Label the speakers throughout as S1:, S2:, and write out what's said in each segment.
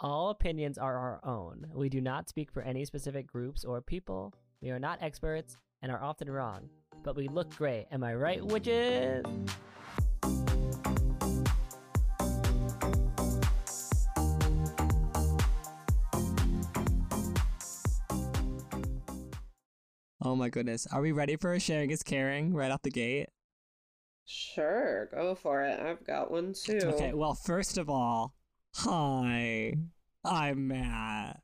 S1: All opinions are our own. We do not speak for any specific groups or people. We are not experts and are often wrong, but we look great. Am I right, witches?
S2: Oh my goodness. Are we ready for a sharing is caring right off the gate?
S3: Sure, go for it. I've got one too.
S2: Okay, well, first of all, hi. I'm Matt.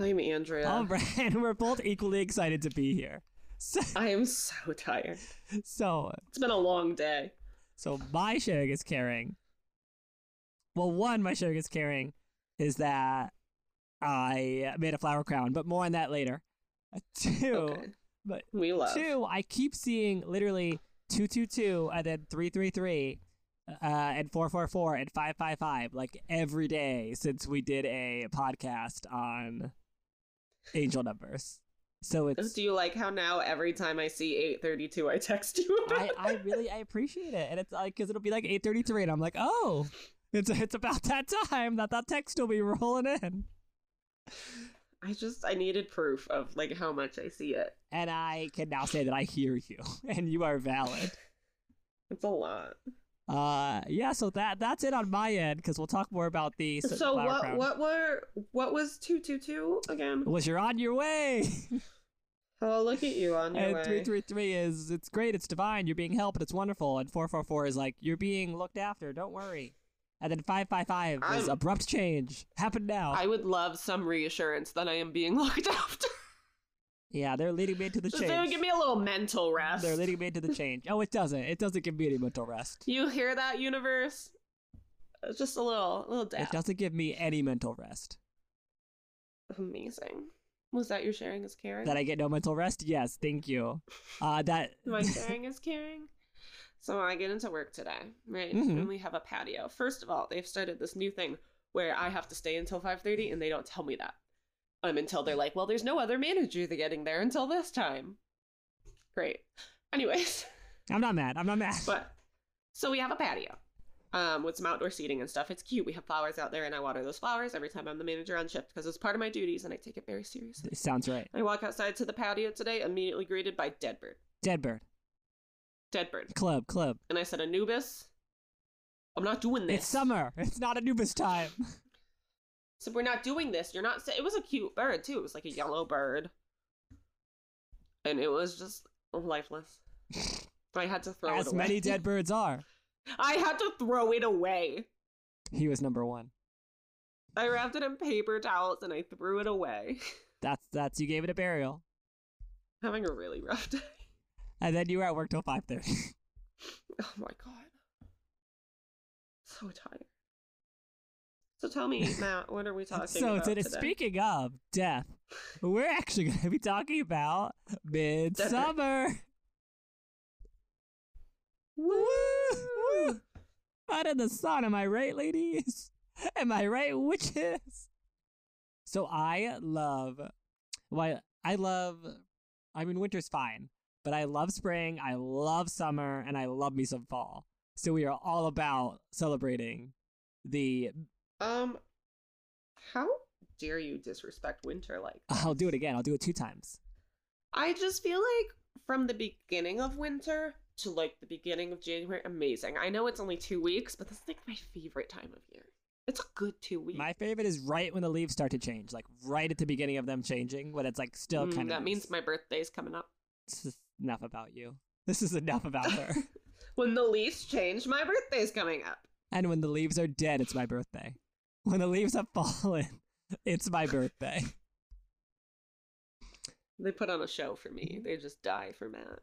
S3: I'm Andrea.
S2: All right, and we're both equally excited to be here. So,
S3: I am so tired.
S2: so,
S3: It's been a long day.
S2: so my sharing is caring. Well, one, my sharing is caring is that I made a flower crown, but more on that later. Two,
S3: Okay.
S2: but
S3: We love.
S2: two, I keep seeing literally two two two and then three three three, uh, and four four four and five five five like every day since we did a podcast on angel numbers. So it's
S3: Do you like how now every time I see 832 I text you about
S2: I, I really I appreciate it, and it's like because it'll be like eight thirty three, and I'm like, oh, it's it's about that time that that text will be rolling in.
S3: I just I needed proof of like how much I see it.
S2: And I can now say that I hear you, and you are valid.
S3: It's a lot.
S2: Uh, yeah. So that that's it on my end because we'll talk more about the s-
S3: so
S2: flower
S3: what
S2: crown.
S3: what were what was 222 again?
S2: was you're on your way.
S3: Oh, look at you on your
S2: and
S3: way.
S2: three three three is it's great, it's divine, you're being helped, it's wonderful, and four four four is like you're being looked after, don't worry. And then five five five is
S3: I'm-
S2: abrupt change. Happen now.
S3: I would love some reassurance that I am being looked after.
S2: yeah, they're leading me into the
S3: Just uh,
S2: change.
S3: give me a little mental rest.
S2: They're leading me into the change. Oh, it doesn't. It doesn't give me any mental rest.
S3: You hear that, universe? Uh, Just a little, a little
S2: It
S3: dab.
S2: doesn't give me any mental rest.
S3: Amazing. Was that your sharing is caring?
S2: That I get no mental rest? Yes, thank you. Uh, that
S3: My sharing is caring. So I get into work today, right?
S2: Mhm.
S3: And we have a patio. First of all, they've started this new thing where I have to stay until 5:30, and they don't tell me that um, until they're like, "Well, there's no other manager to getting there until this time." Great. Anyways.
S2: I'm not mad. I'm not mad.
S3: But so we have a patio um, with some outdoor seating and stuff. It's cute. We have flowers out there, and I water those flowers every time I'm the manager on shift because it's part of my duties, and I take it very seriously.
S2: It sounds right.
S3: I walk outside to the patio today, immediately greeted by Deadbird.
S2: Dead bird.
S3: Deadbird.
S2: Club. Club.
S3: And I said, Anubis, I'm not doing this.
S2: It's summer. It's not Anubis time.
S3: So we're not doing this. You're not. sa- It was a cute bird too. It was like a yellow bird, and it was just lifeless. I had to throw it
S2: As
S3: away.
S2: many dead birds are.
S3: I had to throw it away.
S2: He was number one.
S3: I wrapped it in paper towels and I threw it away.
S2: That's that's you gave it a burial,
S3: having a really rough day.
S2: and then you were at work till five thirty.
S3: Oh my god. So tired. So tell me, Matt, what are we talking
S2: so
S3: about
S2: today,
S3: today?
S2: speaking of death, we're actually going to be talking about Midsummer. Woo! Woo! Out of the sun, am I right, ladies? Am I right, witches? So I love, why I love. I mean, winter's fine, but I love spring. I love summer, and I love me some fall. So we are all about celebrating the
S3: Um, how dare you disrespect winter like? that?
S2: I'll do it again. I'll do it two times.
S3: I just feel like from the beginning of winter to like the beginning of January, amazing. I know it's only two weeks, but this is like my favorite time of year. It's a good two weeks.
S2: My favorite is right when the leaves start to change, like right at the beginning of them changing, when it's like still
S3: Mm,
S2: kind of.
S3: that means my birthday's coming up.
S2: This is enough about you. This is enough about her.
S3: When the leaves change, my birthday's coming up.
S2: and when the leaves are dead, it's my birthday. When the leaves have fallen, it's my birthday.
S3: They put on a show for me. They just die for Matt.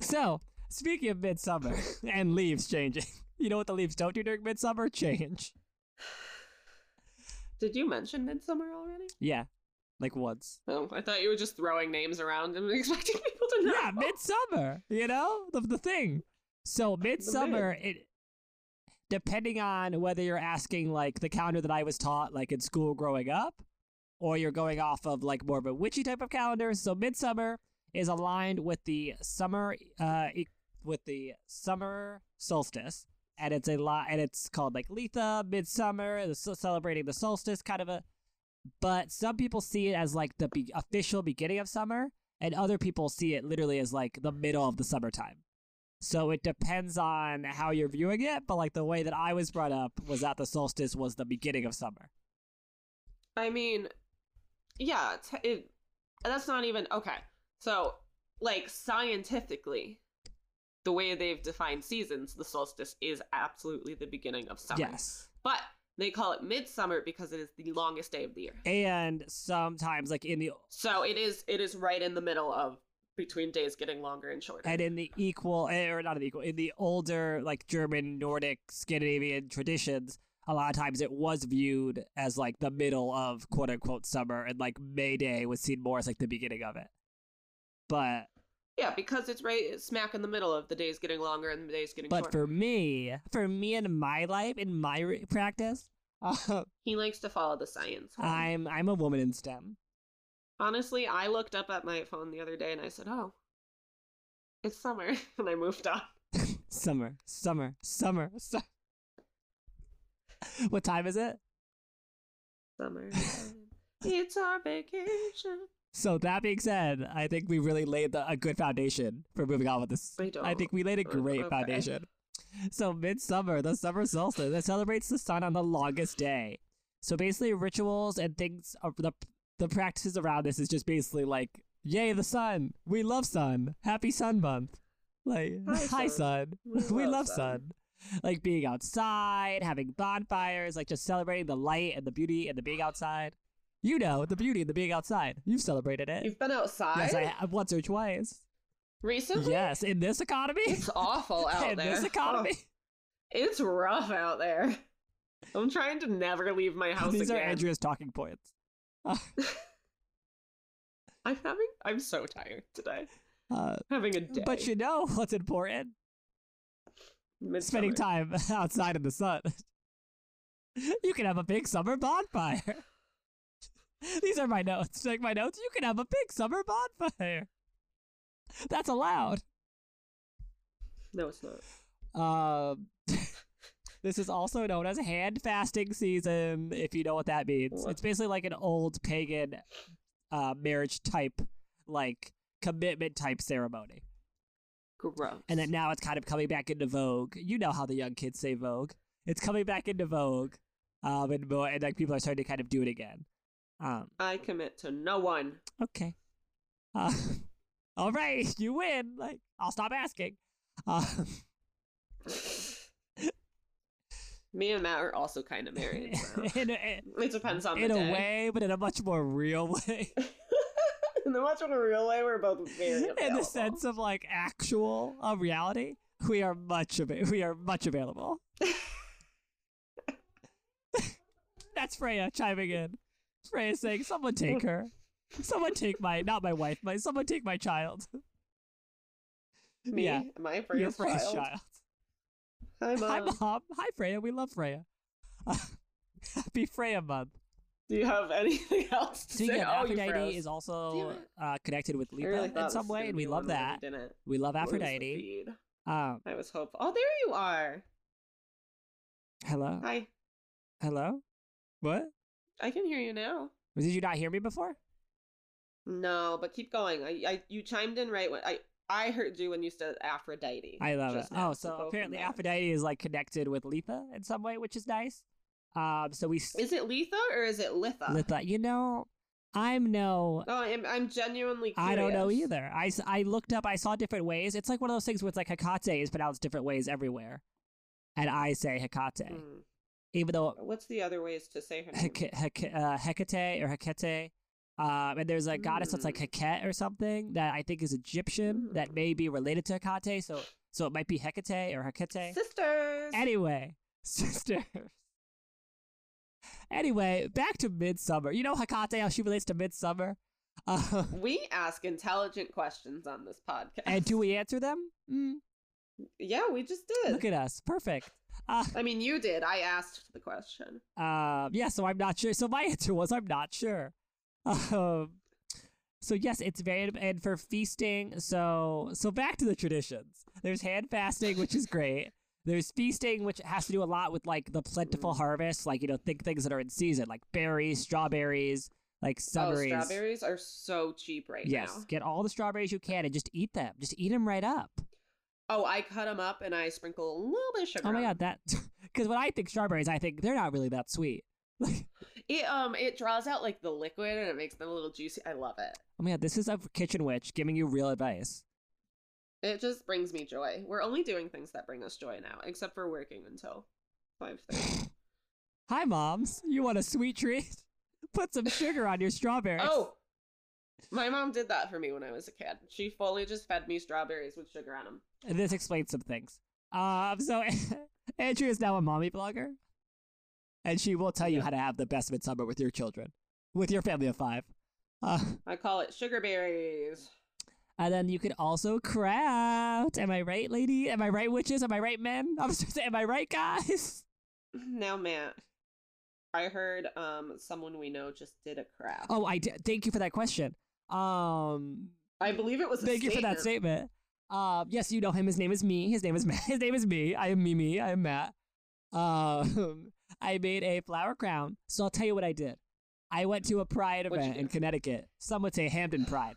S2: So, speaking of midsummer and leaves changing, you know what the leaves don't do during midsummer? Change.
S3: Did you mention Midsummer already?
S2: Yeah, like once.
S3: Oh, I thought you were just throwing names around and expecting people to know.
S2: yeah, midsummer. You know the the thing. So midsummer, it depending on whether you're asking like the calendar that I was taught like in school growing up, or you're going off of like more of a witchy type of calendar. So midsummer is aligned with the summer, uh, e- with the summer solstice, and it's a lot, and it's called like Letha, Midsummer, the, sol- celebrating the solstice, kind of a. But some people see it as like the be- official beginning of summer, and other people see it literally as like the middle of the summertime. So it depends on how you're viewing it, but like the way that I was brought up was that the solstice was the beginning of summer.
S3: I mean, yeah, it's, it, that's not even okay. So, like scientifically, the way they've defined seasons, the solstice is absolutely the beginning of summer.
S2: Yes.
S3: But they call it midsummer because it is the longest day of the year.
S2: And sometimes like in the
S3: So it is it is right in the middle of between days getting longer and shorter.
S2: and in the equal eh, or not in the equal in the older like German, Nordic, Scandinavian traditions, a lot of times it was viewed as like the middle of quote unquote summer and like May Day was seen more as like the beginning of it. But
S3: yeah, because it's right smack in the middle of the days getting longer and the days getting
S2: but
S3: shorter.
S2: for me, for me in my life, in my re- practice, uh,
S3: he likes to follow the science.
S2: I'm I'm a woman in STEM.
S3: Honestly, I looked up at my phone the other day and I said, "Oh, it's summer," and I moved on.
S2: Summer, summer, summer, summer. what time is it?
S3: Summer. it's our vacation.
S2: So that being said, I think we really laid the, a good foundation for moving on with this.
S3: I don't.
S2: I think we laid a
S3: Uh,
S2: great
S3: okay.
S2: foundation. So midsummer, the summer solstice, that celebrates the sun on the longest day. So basically, rituals and things, of the the practices around this is just basically like, yay the sun, we love sun, happy sun month, like hi,
S3: Hi,
S2: sun, we love, sun.
S3: sun.
S2: Like being outside, having bonfires, like just celebrating the light and the beauty and the being outside. You know the beauty and the being outside. You've celebrated it.
S3: You've been outside
S2: Yes, I have once or twice.
S3: recently.
S2: Yes, in this economy.
S3: It's awful out
S2: in
S3: there.
S2: this economy.
S3: Oh, it's rough out there. I'm trying to never leave my Oh, house
S2: These are
S3: again.
S2: Andrea's talking points.
S3: I'm having. I'm so tired today.
S2: Uh,
S3: Having a day.
S2: but you know what's important?
S3: Midsummer.
S2: Spending time outside in the sun. you can have a big summer bonfire. These are my notes. Like my notes, you can have a big summer bonfire. That's allowed.
S3: No, it's not.
S2: Um, this is also known as hand fasting season, if you know what that means.
S3: What?
S2: It's basically like an old pagan uh, marriage type, like commitment type ceremony.
S3: Gross.
S2: And then now it's kind of coming back into vogue. You know how the young kids say vogue. It's coming back into vogue. Um, and, more, and like people are starting to kind of do it again. Um,
S3: I commit to no one.
S2: okay. Uh, all right, you win. Like I'll stop asking. Um,
S3: Me and Matt are also kind of married. So.
S2: in a-
S3: it depends on
S2: in
S3: the
S2: a
S3: day.
S2: way, but in a much more real way.
S3: in the much of a real way, we're both very available.
S2: in the sense of like actual uh, reality, we are much of We are much available. That's Freya chiming in. Freya saying, "Someone take her. Someone take my not my wife, my someone take my child.
S3: me,
S2: yeah,
S3: my
S2: Your
S3: first
S2: Freya's
S3: child.
S2: child.
S3: Hi,
S2: Hi
S3: Mom.
S2: mom. Hi Freya. We love Freya. happy Freya month.
S3: Do you have anything else to
S2: So
S3: say?
S2: yeah,
S3: oh, you
S2: Aphrodite
S3: froze.
S2: is also
S3: Damn it.
S2: uh, connected with
S3: I
S2: Letha
S3: really
S2: in
S3: thought
S2: some
S3: this was
S2: way,
S3: gonna
S2: and we
S3: be
S2: love
S3: one where
S2: that.
S3: we Didn't.
S2: We love
S3: What was the
S2: Aphrodite.
S3: feed?
S2: Um,
S3: I was hopeful. Oh, there you are.
S2: hello,
S3: Hi.
S2: hello. What?
S3: I can hear you now.
S2: Did you not hear me before?
S3: No, but keep going. I, I you chimed in right when I I heard you when you said Aphrodite.
S2: I love it.
S3: just now,
S2: oh, so
S3: go from
S2: apparently
S3: there.
S2: Aphrodite is like connected with Letha in some way, which is nice. Um, so we s-
S3: Is it Letha or is it Litha?
S2: Letha. You know, I'm no.
S3: Oh, I'm I'm genuinely. Curious.
S2: I don't know either. I, s- I looked up. I saw different ways. It's like one of those things where it's like Hecate is pronounced different ways everywhere, and I say Hecate,
S3: Hmm.
S2: even though
S3: What's the other ways to say her name?
S2: Hec- Hec- uh, Hecate or Hecate. Um, and there's a goddess that's like Hecate or something that I think is Egyptian that may be related to Hecate. So, so it might be Hecate or Hecate.
S3: Sisters.
S2: Anyway, sisters. Anyway, back to Midsummer. You know Hecate, how she relates to Midsummer? Uh,
S3: we ask intelligent questions on this podcast.
S2: and do we answer them? Mm,
S3: Yeah, we just did.
S2: look at us. Perfect. Uh,
S3: I mean, you did. I asked the question.
S2: Um, yeah, so I'm not sure. So my answer was I'm not sure. Um, so yes, it's very and for feasting. So so back to the traditions. There's hand fasting, which is great. There's feasting, which has to do a lot with like the plentiful
S3: Mm.
S2: harvest, like you know, think things that are in season, like berries, strawberries, like
S3: Oh,
S2: strawberries.
S3: strawberries are so cheap right
S2: yes,
S3: now.
S2: get all the strawberries you can and just eat them. Just eat them right up.
S3: Oh, I cut them up and I sprinkle a little bit of sugar.
S2: Oh my
S3: on
S2: god, that because when I think strawberries, I think they're not really that sweet. Like,
S3: It um it draws out like the liquid and it makes them a little juicy. I love it.
S2: oh my god, this is a kitchen witch giving you real advice.
S3: It just brings me joy. We're only doing things that bring us joy now, except for working until five thirty.
S2: Hi, moms. You want a sweet treat? Put some sugar on your strawberries.
S3: oh, my mom did that for me when I was a kid. She fully just fed me strawberries with sugar on them.
S2: And this explains some things. Um, so Andrew is now a mommy blogger, and she will tell you how to have the best midsummer with your children, with your family of five. Uh,
S3: I call it sugar berries.
S2: and then you can also craft. Am I right, lady? Am I right, witches? Am I right, men? I'm supposed to say, am I right, guys?
S3: Now, Matt, I heard um someone we know just did a craft.
S2: Oh, I d- thank you for that question. Um,
S3: I believe it was. A
S2: Thank you for that statement. Uh, yes, you know him. His name is me. His name is Matt. His name is me. I am Mimi. I am Matt. Um, I made a flower crown. So I'll tell you what I did. I went to a pride
S3: What'd you
S2: event in
S3: do?
S2: Connecticut. Some would say Hampton Pride.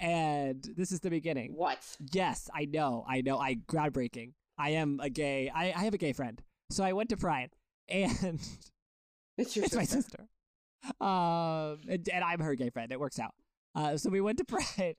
S2: And this is the beginning.
S3: What?
S2: Yes, I know. I know. I groundbreaking. I am a gay. I, I have a gay friend. So I went to Pride, and
S3: It's your
S2: it's my
S3: sister.
S2: sister. Um, and, and I'm her gay friend. It works out. Uh, so we went to Pride,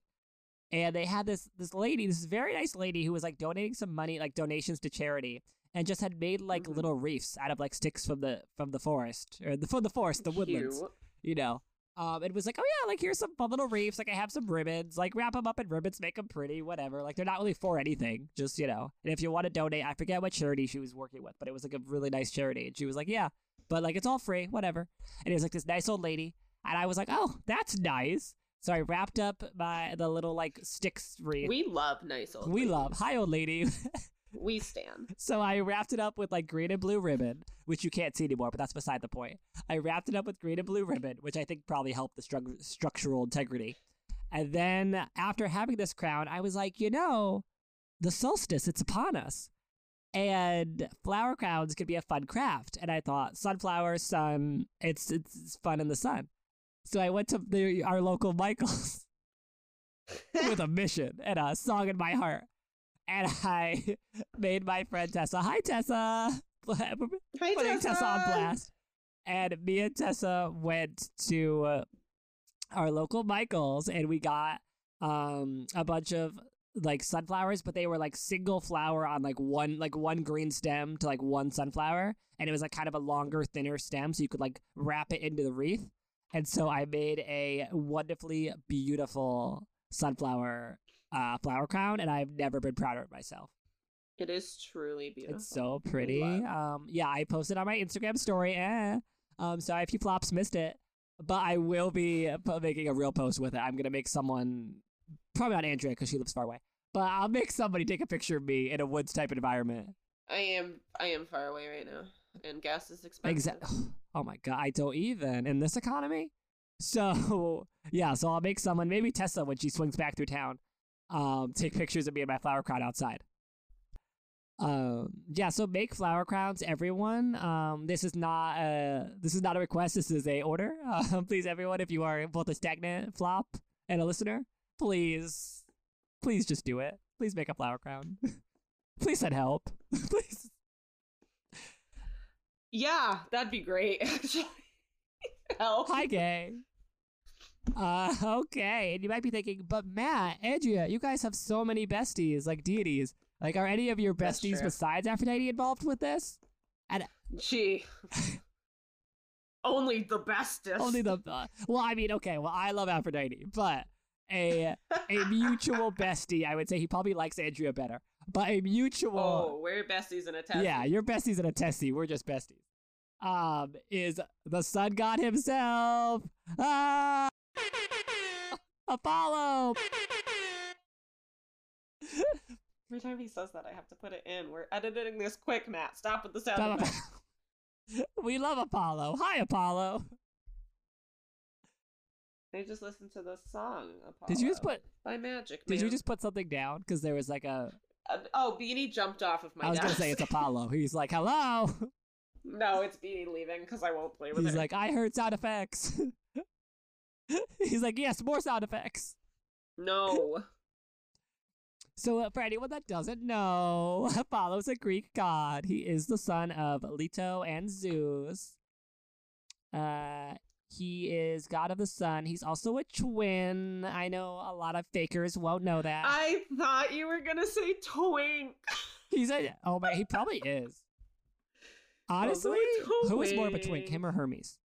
S2: and they had this this lady, this very nice lady, who was like donating some money, like donations to charity, and just had made like
S3: Mhm.
S2: little reefs out of like sticks from the from the forest or the from the forest, the woodlands,
S3: Cute.
S2: you know. Um, it was like, oh yeah, like here's some fun little reefs. Like I have some ribbons, like wrap them up in ribbons, make them pretty, whatever. Like they're not really for anything, just you know. And if you want to donate, I forget what charity she was working with, but it was like a really nice charity. And she was like, yeah, but like it's all free, whatever. And it was like this nice old lady, and I was like, oh, that's nice. So I wrapped up my the little like sticks wreath.
S3: We love nice old.
S2: we
S3: ladies.
S2: love hi old lady.
S3: We stand.
S2: So I wrapped it up with like green and blue ribbon, which you can't see anymore, but that's beside the point. I wrapped it up with green and blue ribbon, which I think probably helped the strug- structural integrity. And then after having this crown, I was like, you know, the solstice, it's upon us. And flower crowns could be a fun craft. And I thought, sunflower, sun, it's, it's, it's fun in the sun. So I went to the, our local Michael's with a mission and a song in my heart. And I made my friend Tessa. Hi, Tessa. Putting
S3: Hi,
S2: Tessa. on blast. And me and Tessa went to uh, our local Michaels and we got um, a bunch of like sunflowers, but they were like single flower on like one like one green stem to like one sunflower, and it was like kind of a longer, thinner stem, so you could like wrap it into the wreath. And so I made a wonderfully beautiful sunflower uh, flower crown, and I've never been prouder of myself.
S3: It is truly beautiful.
S2: It's so pretty.
S3: love.
S2: Um, yeah, I posted on my Instagram story. Eh. Um, sorry if you flops missed it, but I will be po- making a real post with it. I'm gonna make someone, probably not Andrea because she lives far away, but I'll make somebody take a picture of me in a woods type environment.
S3: I am I am far away right now, and gas is expensive.
S2: Exactly. Oh my god, I don't even in this economy. So yeah, so I'll make someone, maybe Tessa, when she swings back through town, um, take pictures of me and my flower crown outside. Um, yeah, so make flower crowns, everyone. Um, this is not a this is not a request. This is a order. Um, please, everyone, if you are both a stagnant flop and a listener, please, please just do it. Please make a flower crown. please send help. please.
S3: Yeah, that'd be great. Actually, help.
S2: Hi, gay. Uh, okay. And you might be thinking, but Matt, Andrea, you guys have so many besties, like deities. Like, are any of your
S3: That's
S2: besties
S3: true.
S2: besides Aphrodite involved with this?
S3: Gee, only the bestest.
S2: Only the. uh, well, I mean, okay. Well, I love Aphrodite, but a a mutual bestie. I would say he probably likes Andrea better, but a mutual.
S3: Oh, we're besties in a test.
S2: Yeah, your besties and a testy. We're just besties. Um, is the sun god himself? Ah, Apollo.
S3: Every time he says that, I have to put it in. We're editing this quick, Matt. Stop with the sound.
S2: Ba- ba-
S3: effect.
S2: ba- we love Apollo. Hi, Apollo.
S3: They just listened to the song. Apollo,
S2: Did you just put?
S3: by magic?
S2: Did you
S3: man.
S2: just put something down? Because there was like a
S3: Uh, oh, Beanie jumped off of my.
S2: I was gonna
S3: desk.
S2: say it's Apollo. He's like, hello.
S3: no, it's Beanie leaving because I won't play with
S2: He's
S3: her.
S2: like, I heard sound effects. He's like, yes, more sound effects.
S3: no,
S2: So, uh, for anyone that doesn't know, Apollo's a Greek god. He is the son of Leto and Zeus. Uh, he is god of the sun. He's also a twin. I know a lot of fakers won't know that.
S3: I thought you were gonna say twink.
S2: He's a oh my, he probably is. Honestly, who is more of a twink, him or Hermes?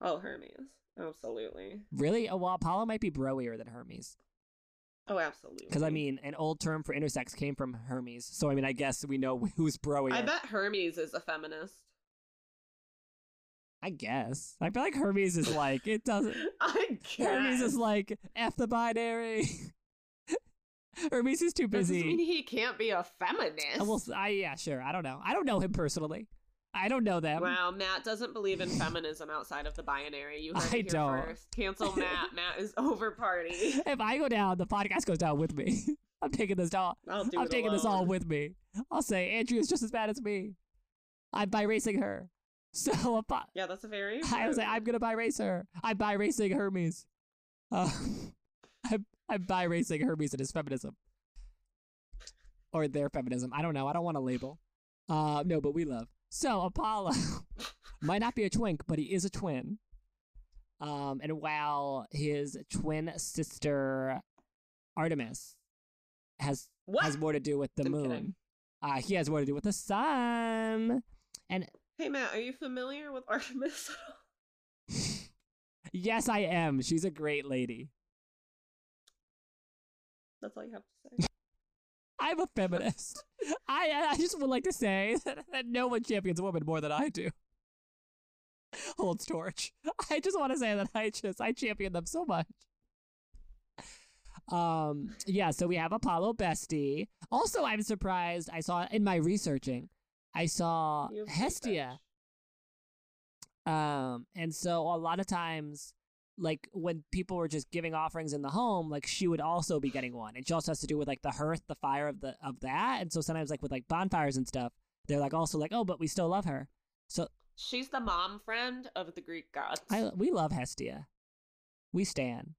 S3: Oh, Hermes, absolutely.
S2: Really? Oh, well, Apollo might be broier than Hermes.
S3: Oh, absolutely.
S2: Because I mean, an old term for intersex came from Hermes. So I mean, I guess we know who's broier.
S3: I bet Hermes is a feminist.
S2: I guess. I feel like Hermes is like it doesn't.
S3: I guess.
S2: Hermes is like f the binary. Hermes is too
S3: Doesn't mean
S2: busy.
S3: he can't be a feminist.
S2: I will. s- I yeah, sure. I don't know. I don't know him personally. I don't know them.
S3: Wow, Matt doesn't believe in feminism outside of the binary. You heard it
S2: I
S3: here
S2: don't.
S3: first. Cancel Matt. Matt is over party.
S2: If I go down, the podcast goes down with me. I'm taking this down.
S3: I'll do
S2: I'm
S3: it
S2: taking this all
S3: alone.
S2: with me. I'll say Andrea's just as bad as me. I'm by racing her. So a po-
S3: Yeah, that's a very.
S2: I was like, I'm
S3: important-
S2: gonna buy race her. I'm buy racing Hermes. Uh, I'm I'm buy racing Hermes and his feminism, or their feminism. I don't know. I don't want to label. Uh, no, but we love. So Apollo might not be a twink, but he is a twin. Um, and while his twin sister Artemis has
S3: What?
S2: has more to do with the
S3: I'm
S2: moon,
S3: kidding.
S2: uh, he has more to do with the sun.
S3: Hey, Matt, are you familiar with Artemis?
S2: Yes, I am. She's a great lady.
S3: that's all you have to say.
S2: I'm a feminist. I I just would like to say that no one champions women more than I do. Holds torch. I just want to say that I just I champion them so much. Um yeah, so we have Apollo Bestie. Also, I'm surprised I saw in my researching, I saw
S3: You have to
S2: Hestia.
S3: fetch.
S2: Um and so a lot of times like when people were just giving offerings in the home, like she would also be getting one. And she also has to do with like the hearth, the fire of the of that. And so sometimes like with like bonfires and stuff, they're like also like, oh, but we still love her. So
S3: She's the mom friend of the Greek gods.
S2: I we love Hestia, we stan.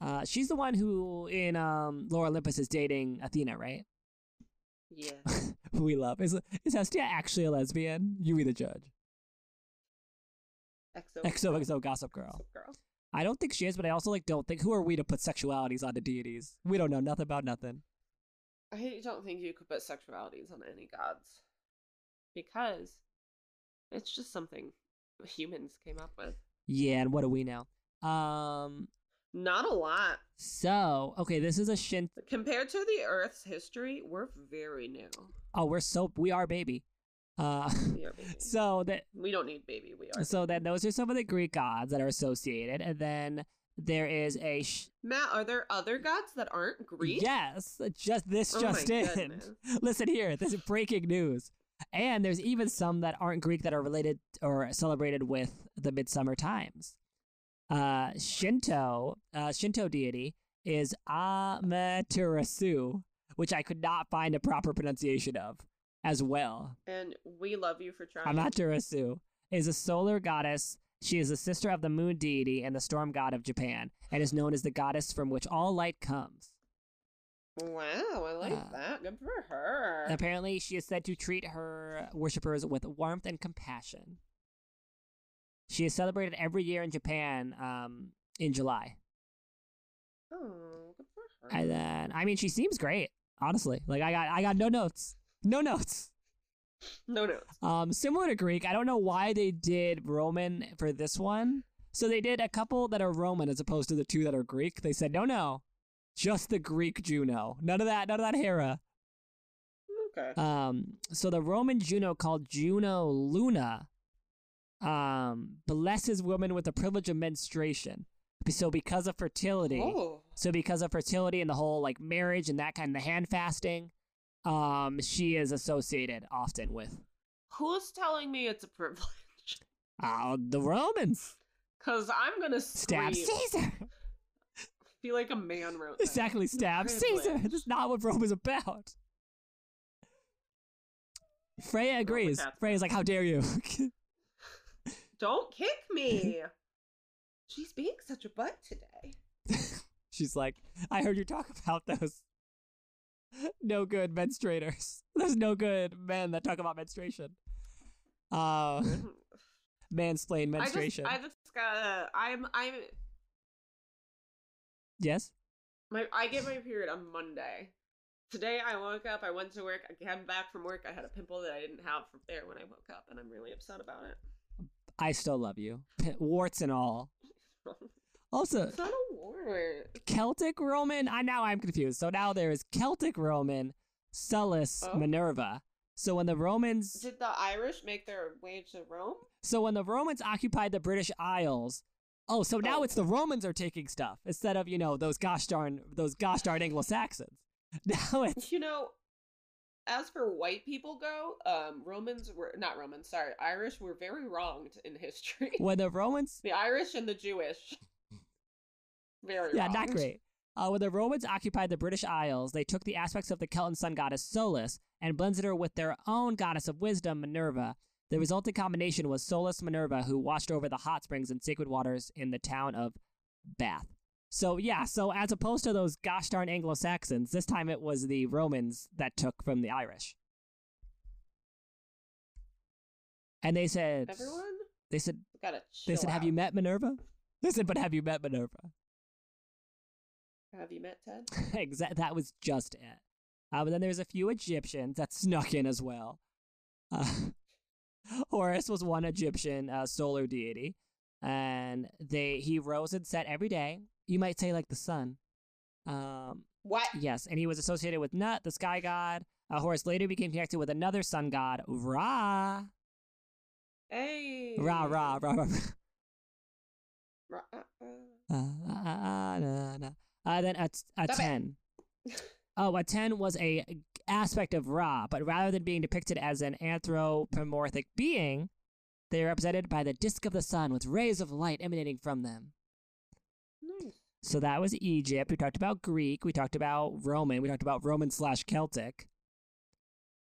S2: Uh, she's the one who in um Laura Olympus is dating Athena, right?
S3: Yeah.
S2: Who we love is is Hestia actually a lesbian? You be the judge.
S3: XO.
S2: XOXO Gossip Girl.
S3: Girl.
S2: I don't think she is, but I also like don't think who are we to put sexualities onto deities? We don't know nothing about nothing.
S3: I don't think you could put sexualities on any gods because it's just something humans came up with.
S2: Yeah, and what do we know? Um,
S3: Not a lot.
S2: so okay, this is a shin.
S3: Compared to the Earth's history, we're very new.
S2: Oh, we're so we are baby. Uh,
S3: We are baby.
S2: so that
S3: we don't need baby. We are.
S2: so then those are some of the Greek gods that are associated, and then there is a sh-
S3: Matt, are there other gods that aren't Greek?
S2: yes, just this
S3: Oh my
S2: just in.
S3: goodness.
S2: Listen here, this is breaking news. And there's even some that aren't Greek that are related or celebrated with the midsummer times. Uh, Shinto, uh, Shinto deity is Amaterasu, which I could not find a proper pronunciation of as well.
S3: And we love you for trying.
S2: Amaterasu is a solar goddess. She is the sister of the moon deity and the storm god of Japan, and is known as the goddess from which all light comes.
S3: Wow, I like
S2: Uh,
S3: that. Good for her.
S2: Apparently, she is said to treat her worshippers with warmth and compassion. She is celebrated every year in Japan um, in July.
S3: oh, good for her.
S2: And then, I mean, she seems great, honestly. Like, I got, I got no notes, no notes.
S3: no, no.
S2: Um, similar to Greek, I don't know why they did Roman for this one. So they did a couple that are Roman as opposed to the two that are Greek. They said, no, no, just the Greek Juno. None of that, none of that Hera.
S3: Okay.
S2: Um, so the Roman Juno called Juno Luna um, blesses women with the privilege of menstruation. So because of fertility,
S3: oh,
S2: so because of fertility and the whole like marriage and that kind of hand fasting, um, she is associated often with
S3: who's telling me it's a privilege?
S2: uh, the Romans.
S3: Because I'm gonna
S2: Stab
S3: scream.
S2: Caesar.
S3: feel like a man wrote that.
S2: Exactly, stab Caesar.
S3: Privilege.
S2: This is not what Rome is about. Freya agrees.
S3: that's-
S2: Freya's like, "How dare you?"
S3: Don't kick me. She's being such a butt today.
S2: She's like, "I heard you talk about those no good menstruators. There's no good men that talk about menstruation." Uh, mansplain menstruation.
S3: Mm-hmm. I just, I just gotta. I'm. I'm.
S2: yes.
S3: My. I get my period on Monday. Today I woke up. I went to work. I came back from work. I had a pimple that I didn't have from there when I woke up, and I'm really upset about it.
S2: I still love you, warts and all. Also,
S3: it's not a war.
S2: Celtic Roman. I now I'm confused. So now there is Celtic Roman, Sullus,
S3: Oh.
S2: Minerva. So when the Romans,
S3: Did the Irish make their way to Rome?
S2: so when the Romans occupied the British Isles, oh, so now
S3: Oh.
S2: it's the Romans are taking stuff instead of you know those gosh darn those gosh darn Anglo Saxons. Now it's
S3: You know, as for white people go, um, Romans were not Romans. Sorry, Irish were very wronged in history.
S2: when the Romans
S3: The Irish and the Jewish. Very
S2: Yeah,
S3: wronged.
S2: not great. Uh, when the Romans occupied the British Isles, they took the aspects of the Celtic sun goddess Solis and blended her with their own goddess of wisdom, Minerva. The resulting combination was Solis Minerva, who watched over the hot springs and sacred waters in the town of Bath. So, yeah, so as opposed to those gosh darn Anglo Saxons, this time it was the Romans that took from the Irish. And they said,
S3: Everyone
S2: they said,
S3: gotta
S2: they
S3: chill
S2: said, have you
S3: out.
S2: met Minerva? They said, but have you met Minerva?
S3: Have you met Ted?
S2: Exact. That was just it. Um, and then there's a few Egyptians that snuck in as well. Uh, Horus was one Egyptian uh, solar deity, and they he rose and set every day. You might say like the sun. Um,
S3: What?
S2: yes, and he was associated with Nut, the sky god. Uh, Horus later became connected with another sun god, Ra.
S3: Hey.
S2: Ra, Ra, Ra, Ra. Ra.
S3: Ra- uh, uh.
S2: Uh, uh, uh, na, na. Uh, then a, t- a
S3: Stop it.
S2: ten. Oh, a ten was a aspect of Ra, but rather than being depicted as an anthropomorphic being, they are represented by the disk of the sun with rays of light emanating from them.
S3: Nice.
S2: So that was Egypt. We talked about Greek. We talked about Roman. We talked about Roman slash Celtic.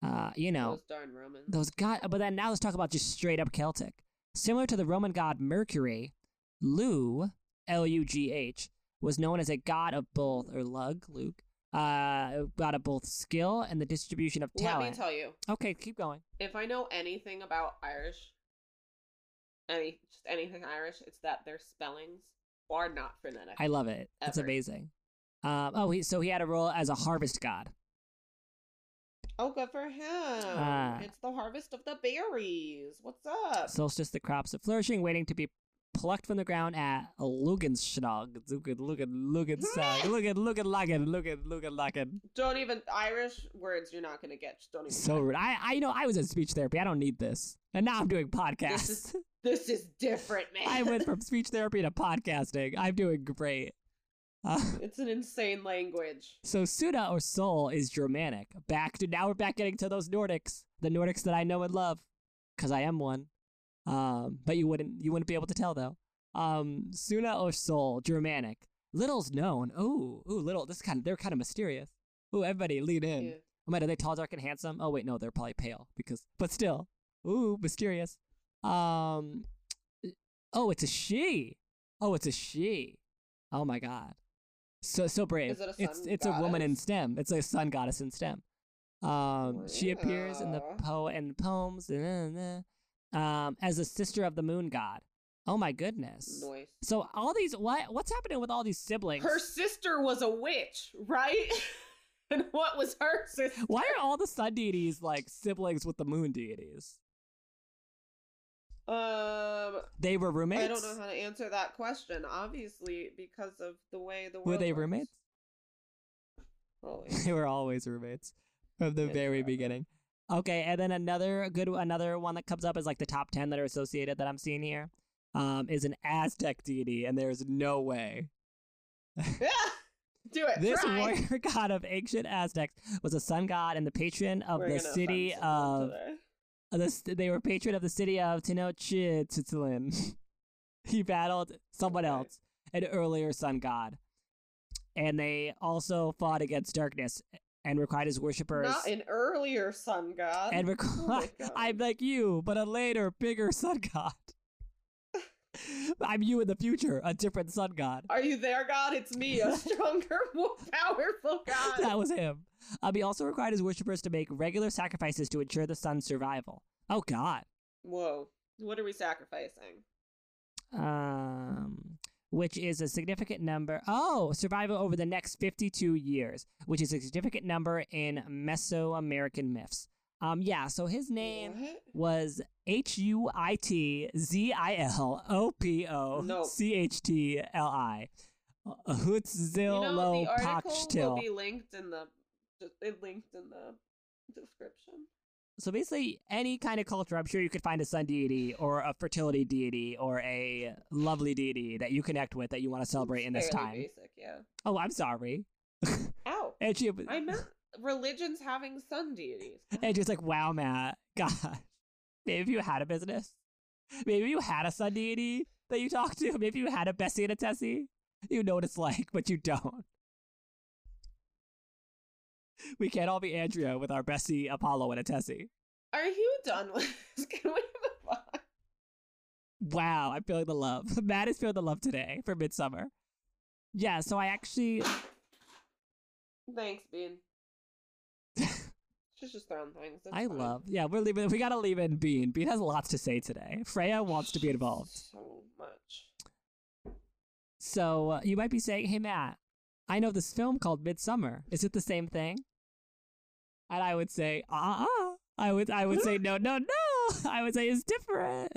S2: Uh, you know,
S3: Those darn Romans.
S2: those god. But then now let's talk about just straight up Celtic. Similar to the Roman god Mercury, Lu, L U G H, was known as a god of both, or Lug, Luke, uh, god of both skill and the distribution of
S3: Let
S2: talent.
S3: me tell you,
S2: okay, keep going.
S3: if I know anything about Irish, any just anything Irish, it's that their spellings are not phonetic.
S2: I love it. It's
S3: Ever.
S2: amazing. Um, oh, he, so he had a role as a harvest god.
S3: oh, good for him!
S2: Ah.
S3: it's the harvest of the berries. What's up?
S2: Solstice, the crops of flourishing, waiting to be plucked from the ground at Lugenschlag. Lugen, Lugen, Lugensag, Lugen, Lugen, Lagen, Lugen, Lugen, Lagen.
S3: don't even Irish words. You're not gonna get. Just don't even.
S2: So
S3: try.
S2: rude. I, I, you know, I was in speech therapy. I don't need this. And now I'm doing podcasts.
S3: This is- This is different, man.
S2: I went from speech therapy to podcasting. I'm doing great. Uh,
S3: It's an insane language.
S2: so Suda or Sol is Germanic. Back to now we're back getting to those Nordics, the Nordics that I know and love, because I am one. Um, but you wouldn't you wouldn't be able to tell though. Um, Suna or Sol, Germanic. Little's known. Ooh, ooh, little. This kind of they're kind of mysterious. Ooh, everybody lean in.
S3: Yeah.
S2: Oh man, are they tall, dark, and handsome? Oh wait, no, they're probably pale because, but still, ooh, mysterious. Um, oh, it's a she. Oh, it's a she. Oh my god, so so brave.
S3: Is it a
S2: it's
S3: sun
S2: it's a woman in
S3: goddess?
S2: STEM. It's a sun goddess in STEM. Um, she appears in the
S3: Wow.
S2: po and poems nah, nah, nah, um as a sister of the moon god. Oh my goodness.
S3: Noise.
S2: So all these what what's happening with all these siblings?
S3: Her sister was a witch, right? and what was her um, sister?
S2: Why are all the sun deities like siblings with the moon deities?
S3: Um,
S2: They were roommates.
S3: I don't know how to answer that question. Obviously, because of the way the world.
S2: were they
S3: works.
S2: roommates?
S3: Always.
S2: they were always roommates from the
S3: Yes,
S2: very
S3: forever.
S2: beginning. Okay, and then another good another one that comes up is like the top ten that are associated that I'm seeing here um, is an Aztec deity, and there's no way
S3: Ah! Do it.
S2: this
S3: try.
S2: warrior god of ancient Aztecs was a sun god and the patron of
S3: We're
S2: the
S3: gonna
S2: city
S3: offend someone
S2: of
S3: today.
S2: of the, st- they were patron of the city of Tenochtitlan. he battled someone
S3: Okay.
S2: else, an earlier sun god. and they also fought against darkness and required his worshippers.
S3: Not an earlier sun god.
S2: and
S3: Oh my
S2: required,
S3: God.
S2: I'm like you, but a later, bigger sun god. I'm you in the future, a different sun god.
S3: Are you there, God? It's me, a stronger, more powerful Oh God.
S2: That was him. Um, he also required his worshippers to make regular sacrifices to ensure the sun's survival. Oh God.
S3: Whoa. What are we sacrificing?
S2: um, which is a significant number. Oh, survival over the next 52 years, which is a significant number in Mesoamerican myths. Um, yeah, so his name
S3: What?
S2: was H U I T Z I L O P O
S3: Nope.
S2: C H T L I.
S3: You know,
S2: Hutzilo
S3: the article will
S2: Pachtil.
S3: be linked in the just it linked in the description.
S2: So basically, any kind of culture, I'm sure you could find a sun deity or a fertility deity or a lovely deity that you connect with that you want to celebrate in this
S3: Fairly
S2: time.
S3: Basic, yeah.
S2: Oh, I'm sorry.
S3: Ow.
S2: And she,
S3: I meant religions having sun deities.
S2: and she's like, "Wow, Matt, God, maybe if you had a business, maybe you had a sun deity that you talked to, maybe you had a Bessie and a Tessie, you know what it's like, but you don't." We can't all be Andrea with our Bessie, Apollo, and a Tessie.
S3: Are you done with this? Can we move on?
S2: Wow, I'm feeling the love. Matt is feeling the love today for Midsummer. Yeah, so I actually
S3: Thanks, Bean. She's just throwing things. It's
S2: I
S3: fine.
S2: love. Yeah, we're leaving. We gotta leave in Bean. Bean has lots to say today. Freya wants to be involved.
S3: so much.
S2: So uh, you might be saying, "Hey, Matt, I know this film called Midsummer. Is it the same thing?" And I would say, "Uh, uh I would, I would say, "No, no, no." I would say it's different.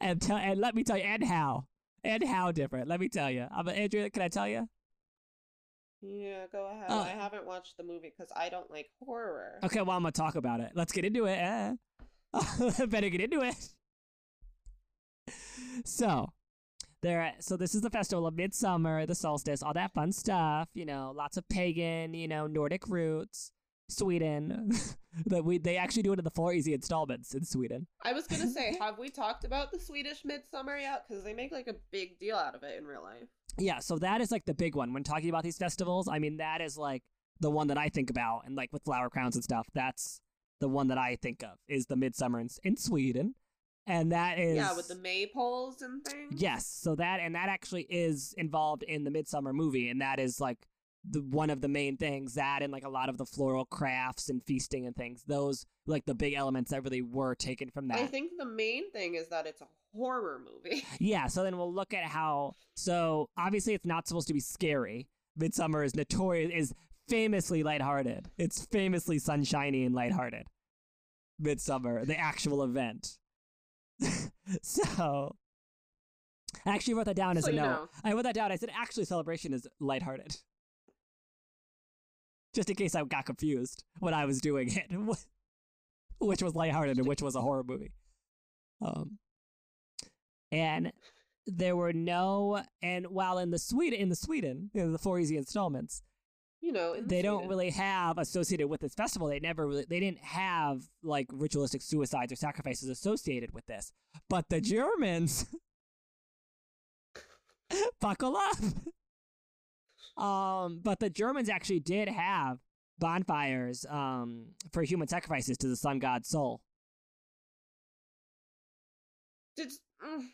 S2: and tell, and let me tell you, and how, and how different. Let me tell you. I'm Andrea. Can I tell you?
S3: Yeah, go ahead.
S2: Uh,
S3: I haven't watched the movie because I don't like horror.
S2: Okay, well, I'm gonna talk about it. Let's get into it. eh? Better get into it. So, there. So this is the festival of midsummer, the solstice, all that fun stuff. You know, lots of pagan, you know, Nordic roots. Sweden. that we they actually do it in the four easy installments in Sweden.
S3: I was gonna say, have we talked about the Swedish Midsummer yet? Because they make like a big deal out of it in real life.
S2: Yeah, so that is like the big one when talking about these festivals. I mean, that is like the one that I think about, and like with flower crowns and stuff. That's the one that I think of is the midsummer in, in Sweden, and that is
S3: Yeah, with the maypoles and things.
S2: Yes, so that and that actually is involved in the Midsummer movie, and that is like the one of the main things. That and like a lot of the floral crafts and feasting and things. Those like the big elements that really were taken from that.
S3: I think the main thing is that it's a horror movie.
S2: yeah, so then we'll look at how. So obviously, it's not supposed to be scary. Midsummer is notorious is famously lighthearted. It's famously sunshiny and lighthearted. Midsummer, the actual event. so, I actually wrote that down as
S3: So
S2: a
S3: you
S2: note.
S3: know.
S2: I wrote that down. I said, actually, celebration is lighthearted. Just in case I got confused when I was doing it, which was lighthearted and which was a horror movie. Um, and there were no, and while in the Sweden, in the Sweden, you know, the four easy installments,
S3: You know, Oh, in
S2: they don't
S3: Sweden.
S2: really have associated with this festival. They never really, they didn't have like ritualistic suicides or sacrifices associated with this. But the Germans, buckle up. Um, but the Germans actually did have bonfires um, for human sacrifices to the sun god Sol.
S3: Did, mm.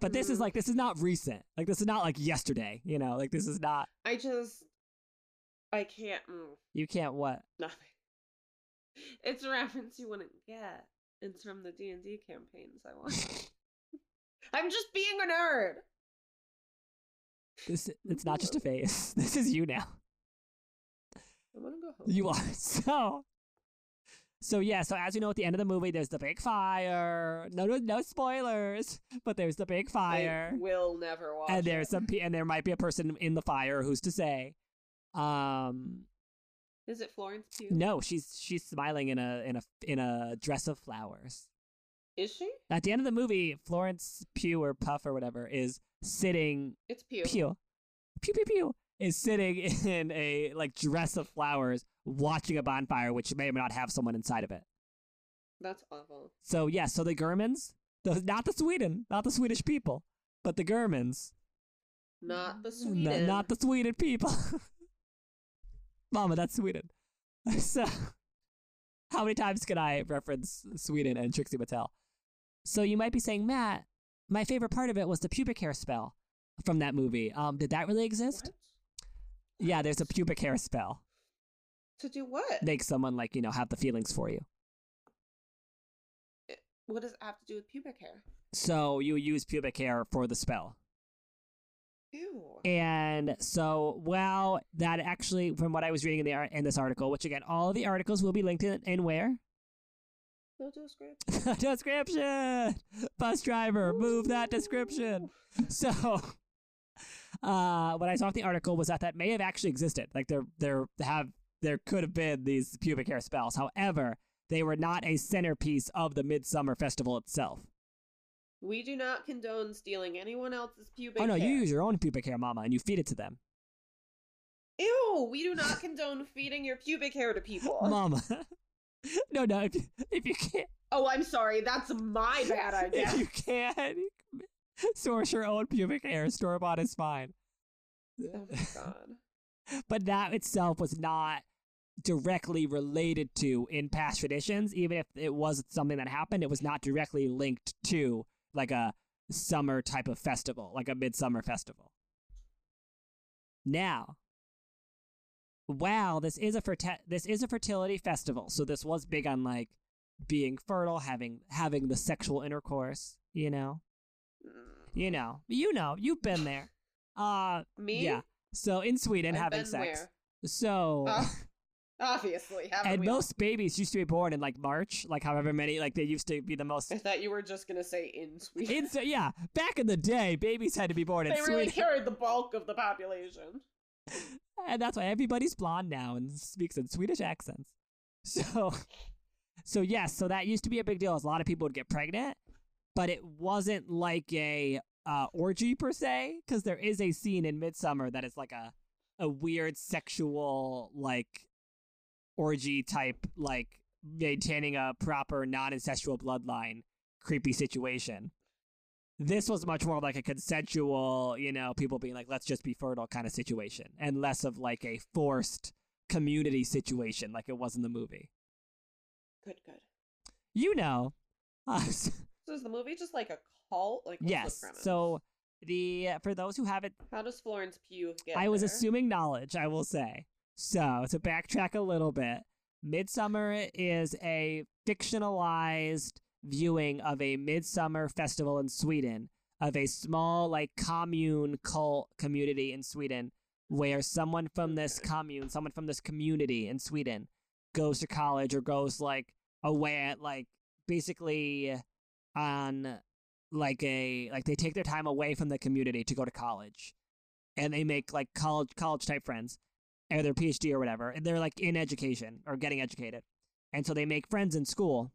S2: But this is
S3: Mhm.
S2: like this is not recent. Like this is not like yesterday. You know, like this is not.
S3: I just, I can't. Mm,
S2: You can't what?
S3: nothing. It's a reference you wouldn't get. It's from the D and D campaigns I watched. I'm just being a nerd.
S2: This it's not just a phase. This is you now.
S3: I'm gonna go home.
S2: You are. So So yeah, so as you know at the end of the movie there's the big fire. No no no spoilers, but there's the big fire.
S3: I will never watch.
S2: And there's
S3: it.
S2: some pe- and there might be a person in the fire, who's to say? Um
S3: Is it Florence Pugh?
S2: no, she's she's smiling in a in a in a dress of flowers.
S3: Is she?
S2: At the end of the movie, Florence Pugh or Puff or whatever is sitting
S3: It's Pugh.
S2: pew, pew, pew, pew, is sitting in a like dress of flowers, watching a bonfire, which may or may not have someone inside of it.
S3: That's awful.
S2: So yeah, so the Germans, those not the Sweden, not the Swedish people, but the Germans,
S3: Not the
S2: N-
S3: Sweden.
S2: Mm-hmm. Not the Sweden people. Mama, that's Sweden. So, how many times can I reference Sweden and Trixie Mattel? So, you might be saying, Matt, my favorite part of it was the pubic hair spell from that movie. Um, did that really exist?
S3: What?
S2: Yeah, there's a pubic hair spell.
S3: To do what?
S2: Make someone, like, you know, have the feelings for you.
S3: What does it have to do with pubic hair?
S2: So, you use pubic hair for the spell.
S3: Ew.
S2: And so, wow, that actually, from what I was reading in, the, ar- in this article, which again, all of the articles will be linked in, in where?
S3: No description.
S2: description. Bus driver, move that description. So, uh, what I saw off the article was that that may have actually existed. Like there, there have there could have been these pubic hair spells. However, they were not a centerpiece of the Midsummer Festival itself.
S3: We do not condone stealing anyone else's pubic
S2: oh no,
S3: hair.
S2: you use your own pubic hair, Mama, and you feed it to them,
S3: Ew, we do not condone feeding your pubic hair to people.
S2: Mama. no, no, if you, if you can't,
S3: Oh, I'm sorry. That's my bad
S2: if
S3: idea.
S2: you can't source your own pubic hair, store bought is fine.
S3: oh my god.
S2: but that itself was not directly related to in past traditions even if it was something that happened it was not directly linked to like a summer type of festival like a midsummer festival now wow this is a ferti- this is a fertility festival so this was big on like being fertile having having the sexual intercourse you know
S3: Mm,
S2: you know you know you've been there uh
S3: Me?
S2: yeah so in sweden
S3: I've
S2: having
S3: been
S2: sex
S3: where?
S2: so,
S3: Oh, obviously, haven't
S2: and
S3: we all?
S2: most babies used to be born in like March, like however many, like they used to be the most.
S3: I thought you were just gonna say in Sweden.
S2: In, yeah, back in the day, babies had to be born in
S3: they really
S2: Sweden,
S3: carried the bulk of the population.
S2: and that's why everybody's blonde now and speaks in Swedish accents. So, so yes, so that used to be a big deal. A lot of people would get pregnant, but it wasn't like a uh, orgy per se, because there is a scene in Midsummer that is like a a weird sexual like orgy type like maintaining a proper non-incestual bloodline creepy situation this was much more like a consensual you know people being like let's just be fertile kind of situation and less of like a forced community situation like it was in the movie
S3: Good, good.
S2: you know Uh,
S3: So is the movie just like a cult? Like what's
S2: yes
S3: The premise?
S2: so the uh, for those who haven't
S3: how does Florence Pugh get?
S2: I was
S3: there?
S2: assuming knowledge, I will say. So, to backtrack a little bit, Midsummer is a fictionalized viewing of a Midsummer festival in Sweden, of a small, like, commune cult community in Sweden, where someone from this
S3: Okay.
S2: commune, someone from this community in Sweden, goes to college or goes, like, away at, like, basically on like a like they take their time away from the community to go to college and they make like college college type friends or their phd or whatever and they're like in education or getting educated and so they make friends in school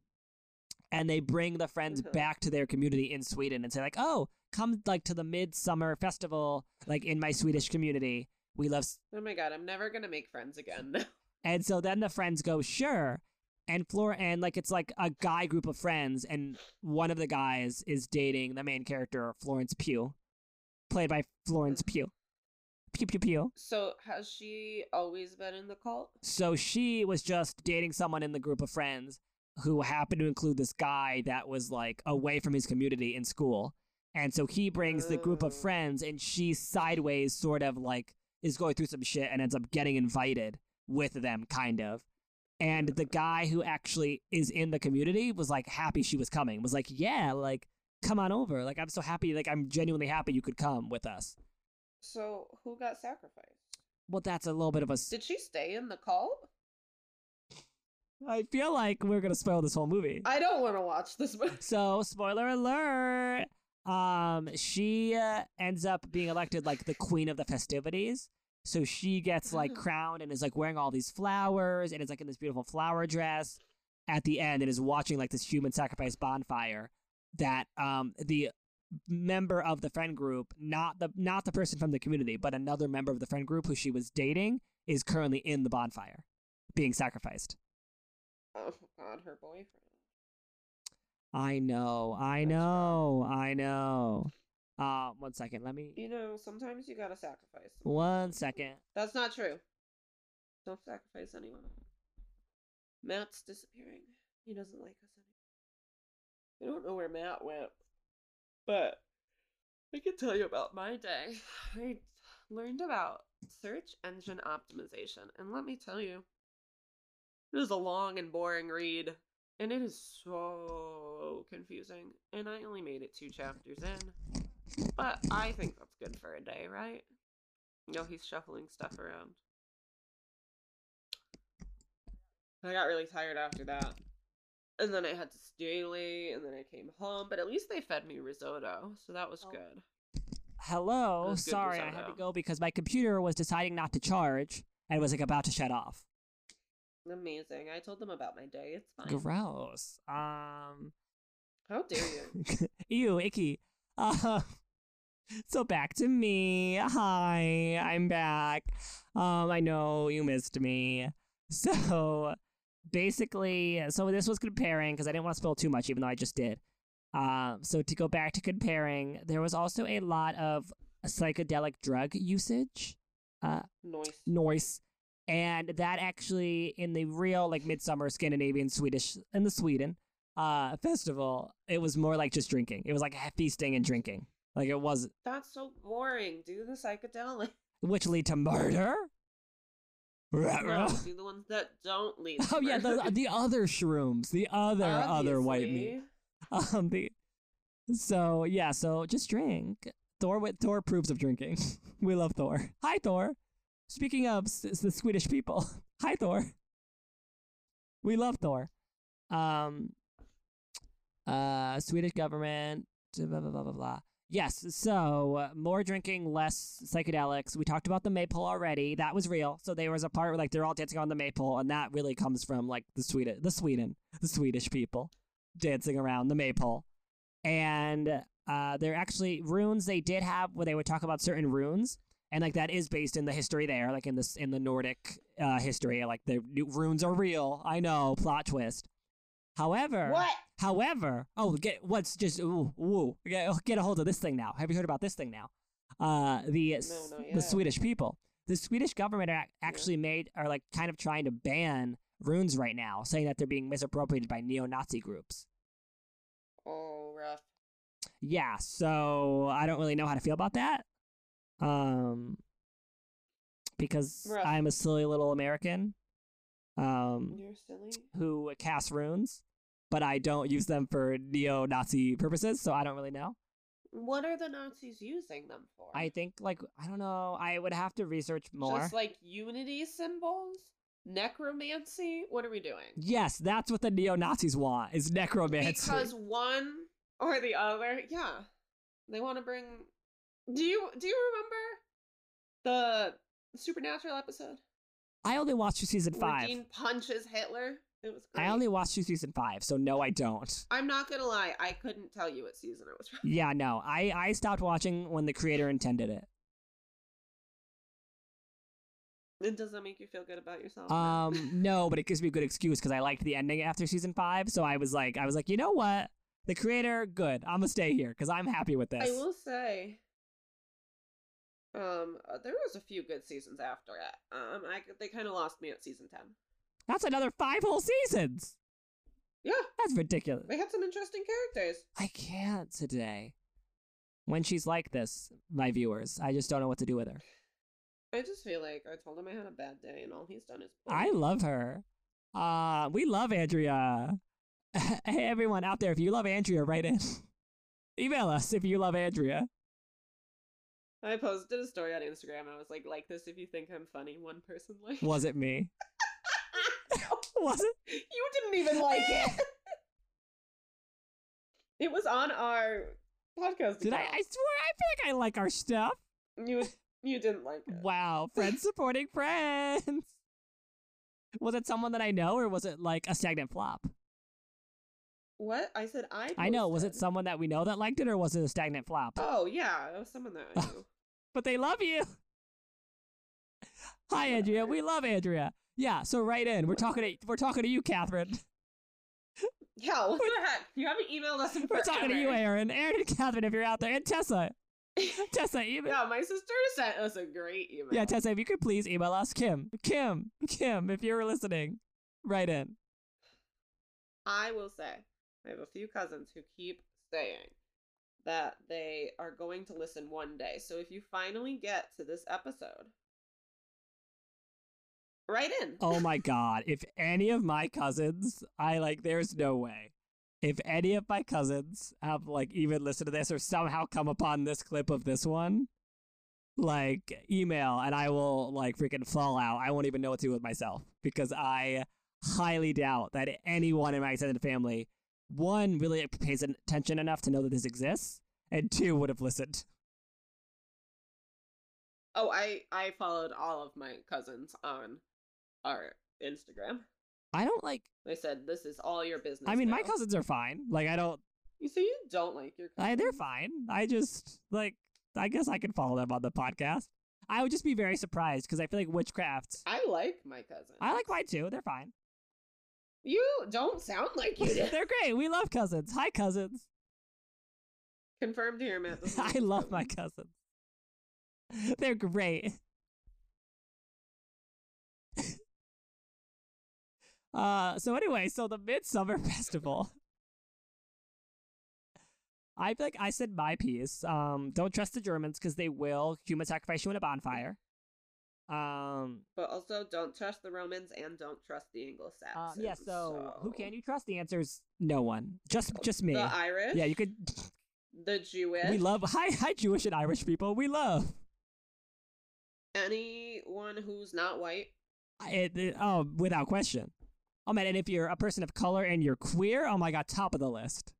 S2: and they bring the friends
S3: Mhm.
S2: back to their community in sweden and say like oh come like to the midsummer festival like in my swedish community we love s-
S3: Oh my god, I'm never gonna make friends again.
S2: and so then the friends go, sure. And Flora, and like it's like a guy group of friends, and one of the guys is dating the main character, Florence Pugh, played by Florence Pugh. Pew pew pew.
S3: so has she always been in the cult?
S2: So she was just dating someone in the group of friends who happened to include this guy that was like away from his community in school. And so he brings the group of
S3: Oh.
S2: friends, and she sideways sort of like is going through some shit and ends up getting invited with them, kind of. And the guy who actually is in the community was like happy she was coming, was like, yeah, like, come on over. Like, I'm so happy. Like, I'm genuinely happy you could come with us.
S3: So who got sacrificed?
S2: Well, that's a little bit of a. s-
S3: Did she stay in the cult?
S2: I feel like we're going to spoil this whole movie.
S3: I don't want to watch this movie.
S2: So, spoiler alert. Um, she uh, ends up being elected like the queen of the festivities. So she gets like crowned and is like wearing all these flowers and is like in this beautiful flower dress at the end and is watching like this human sacrifice bonfire that um the member of the friend group, not the not the person from the community, but another member of the friend group who she was dating is currently in the bonfire being sacrificed.
S3: Oh god, her boyfriend.
S2: I know, I
S3: That's rough.
S2: know, I know. Uh, one second. Let me.
S3: You know, sometimes you gotta sacrifice.
S2: One second.
S3: That's not true. Don't sacrifice anyone. Matt's disappearing. He doesn't like us anymore. I don't know where Matt went, but I can tell you about my day. I learned about search engine optimization, and let me tell you, it is a long and boring read, and it is so confusing. And I only made it two chapters in, but I think that's good for a day, right? No, he's shuffling stuff around. I got really tired after that. And then I had to stay late, and then I came home. But at least they fed me risotto, so that was
S2: Oh.
S3: good.
S2: Hello.
S3: That's good
S2: Sorry, I had to
S3: risotto.
S2: go because my computer was deciding not to charge and was like about to shut off.
S3: Amazing. I told them about my day. It's fine.
S2: Gross. Um.
S3: How dare you?
S2: Ew, icky. Uh, so back to me. Hi, I'm back. Um, I know you missed me. So basically, so this was comparing because I didn't want to spill too much, even though I just did. Um, so to go back to comparing, there was also a lot of psychedelic drug usage
S3: Noise.
S2: noise. And that actually, in the real like midsummer Scandinavian Swedish in the Sweden uh, festival, it was more like just drinking. It was like feasting and drinking. Like it was,
S3: That's so boring. Do the psychedelic.
S2: which lead to murder.
S3: No,
S2: Ruh-roh.
S3: do the ones that don't lead.
S2: Oh yeah, the,
S3: murder.
S2: the other shrooms, the other other white meat.
S3: Obviously.
S2: Um, the so yeah, so just drink. Thor wi- Thor approves of drinking. we love Thor. Hi Thor. Speaking of s- s- the Swedish people, hi Thor. We love Thor. Um, uh, Swedish government. Blah blah blah blah blah. Yes, so uh, more drinking, less psychedelics. We talked about the maypole already. That was real. So there was a part where like they're all dancing on the maypole, and that really comes from like the Sweden, the Sweden, the Swedish people dancing around the maypole. And uh, they're actually runes they did have where they would talk about certain runes. And like that is based in the history there, like in this in the Nordic uh, history, like the runes are real. I know, plot twist. However,
S3: What?
S2: However, oh, get what's just ooh, ooh, get, oh, get a hold of this thing now. Have you heard about this thing now? Uh, the s-
S3: not
S2: the
S3: yet.
S2: Swedish people, the Swedish government are ac- actually made are like kind of trying to ban runes right now, saying that they're being misappropriated by neo-Nazi groups.
S3: Oh, rough.
S2: Yeah, so I don't really know how to feel about that, um, because
S3: Rough.
S2: I'm a silly little American, um,
S3: You're silly.
S2: who cast runes, but I don't use them for neo Nazi purposes, so I don't really know.
S3: What are the Nazis using them for?
S2: I think, like, I don't know. I would have to research more.
S3: Just like unity symbols, necromancy. What are we doing?
S2: yes, that's what the neo Nazis want is necromancy.
S3: Because one or the other, yeah, they want to bring. Do you do you remember the Supernatural episode?
S2: I only watched through season
S3: Where
S2: five.
S3: Dean punches Hitler. It was. Great.
S2: I only watched through season five, so no, I don't.
S3: I'm not gonna lie. I couldn't tell you what season it was from.
S2: Yeah, no, I I stopped watching when the creator intended it.
S3: It does that make you feel good about yourself? now?
S2: Um, no, but it gives me a good excuse because I liked the ending after season five, so I was like, I was like, you know what, the creator, good, I'm gonna stay here because I'm happy with this.
S3: I will say, um, uh, there was a few good seasons after it. Um, I they kind of lost me at season ten.
S2: That's another five whole seasons.
S3: Yeah,
S2: That's ridiculous.
S3: they had some interesting characters.
S2: I can't today. When she's like this, my viewers, I just don't know what to do with her.
S3: I just feel like I told him I had a bad day, and all he's done is. bully
S2: I
S3: me.
S2: love her. Uh, we love Andrea. hey, everyone out there, if you love Andrea, write in. Email us if you love Andrea.
S3: I posted a story on Instagram. I was like, like this if you think I'm funny. One person like.
S2: Was it me? Was it?
S3: you didn't even like it. it was on our podcast.
S2: Did I? I swear, I
S3: account.
S2: feel like I like our stuff.
S3: You you didn't like it.
S2: Wow, friends supporting friends. Was it someone that I know, or was it like a stagnant flop?
S3: What I said? I.
S2: I know. Was it
S3: posted.
S2: someone that we know that liked it, or was it a stagnant flop?
S3: Oh yeah, it was someone that I knew.
S2: but they love you. Hi, Andrea. We love Andrea. Yeah. So right in. We're talking to we're talking to you, Catherine.
S3: Yeah, what the heck? You haven't emailed us in
S2: We're talking to you,
S3: forever.
S2: Aaron. Aaron and Catherine, if you're out there, and Tessa. Tessa, email.
S3: Yeah, my sister sent us a great email.
S2: Yeah, Tessa, if you could please email us, Kim, Kim, Kim, if you're listening, write in.
S3: I will say, I have a few cousins who keep saying that they are going to listen one day. So if you finally get to this episode, write in.
S2: Oh my god, if any of my cousins, I like, there's no way. If any of my cousins have like even listened to this or somehow come upon this clip of this one, like email and I will like freaking fall out. I won't even know what to do with myself because I highly doubt that anyone in my extended family, one, really pays attention enough to know that this exists, and two, would have listened.
S3: Oh, I I followed all of my cousins on our Instagram.
S2: I don't like,
S3: They said this is all your business.
S2: I mean,
S3: now.
S2: my cousins are fine. Like, I don't,
S3: You so you don't like your cousins?
S2: I, they're fine. I just like I guess I can follow them on the podcast. I would just be very surprised because I feel like witchcraft.
S3: I like my cousins.
S2: I like mine too. They're fine.
S3: You don't sound like you do.
S2: they're great. We love cousins. Hi cousins.
S3: Confirmed here, Matt. This is
S2: I
S3: your
S2: love my
S3: cousin.
S2: cousins. They're great. uh so anyway, so the Midsummer Festival. I feel like I said my piece. Um don't trust the Germans because they will human sacrifice you in a bonfire. Um
S3: But also, don't trust the Romans and don't trust the Anglo
S2: uh,
S3: Saxons.
S2: yeah, so, who can you trust? The answer is no one. Just just me.
S3: The Irish.
S2: yeah, you could
S3: The Jewish.
S2: we love hi hi Jewish and Irish people. We love
S3: anyone who's not white.
S2: It, it- oh, without question. Oh man, and if you're a person of color and you're queer, oh my god, top of the list.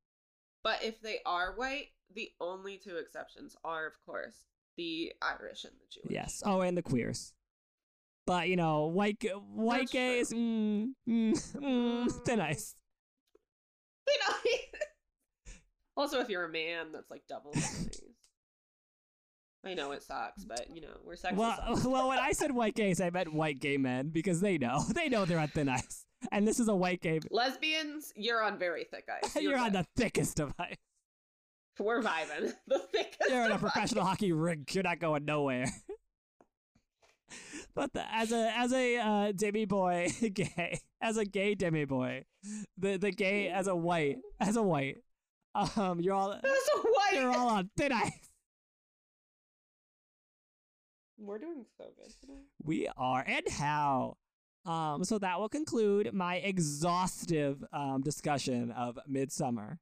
S3: But if they are white, the only two exceptions are, of course, the Irish and the Jewish.
S2: Yes. Oh, and the queers. But you know, white g- white
S3: That's
S2: gays, mm, mm, mm, they're nice.
S3: They know- also, if you're a man, that's like double. nice. I know it sucks, but you know we're sexist.
S2: Well, well, when I said white gays, I meant white gay men because they know they know they're at thin ice, and this is a white gay.
S3: Lesbians, you're on very thick ice.
S2: You're, on
S3: good.
S2: the thickest of ice.
S3: We're vibing. The thickest.
S2: You're in a
S3: of ice.
S2: professional hockey rink. You're not going nowhere. but the, as a as a uh, demi boy, gay as a gay demi boy, the the gay as a white as a white, um, you're all
S3: That's a white.
S2: you're all on thin ice.
S3: We're doing so good today.
S2: We are and how. Um, so that will conclude my exhaustive um, discussion of Midsummer.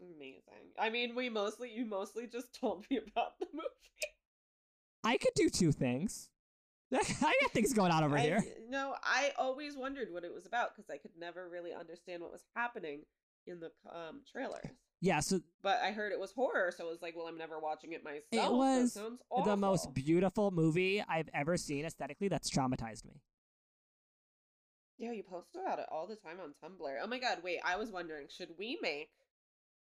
S3: Amazing. I mean, we mostly you mostly just told me about the movie
S2: I could do two things. I got things going on over
S3: I-
S2: here.
S3: No, I always wondered what it was about because I could never really understand what was happening in the um trailers.
S2: Yeah, so
S3: But I heard it was horror, so I was like, well, I'm never watching it myself. so
S2: was
S3: sounds awful.
S2: the most beautiful movie I've ever seen aesthetically that's traumatized me.
S3: Yeah, you post about it all the time on Tumblr. Oh my god, wait, I was wondering, should we make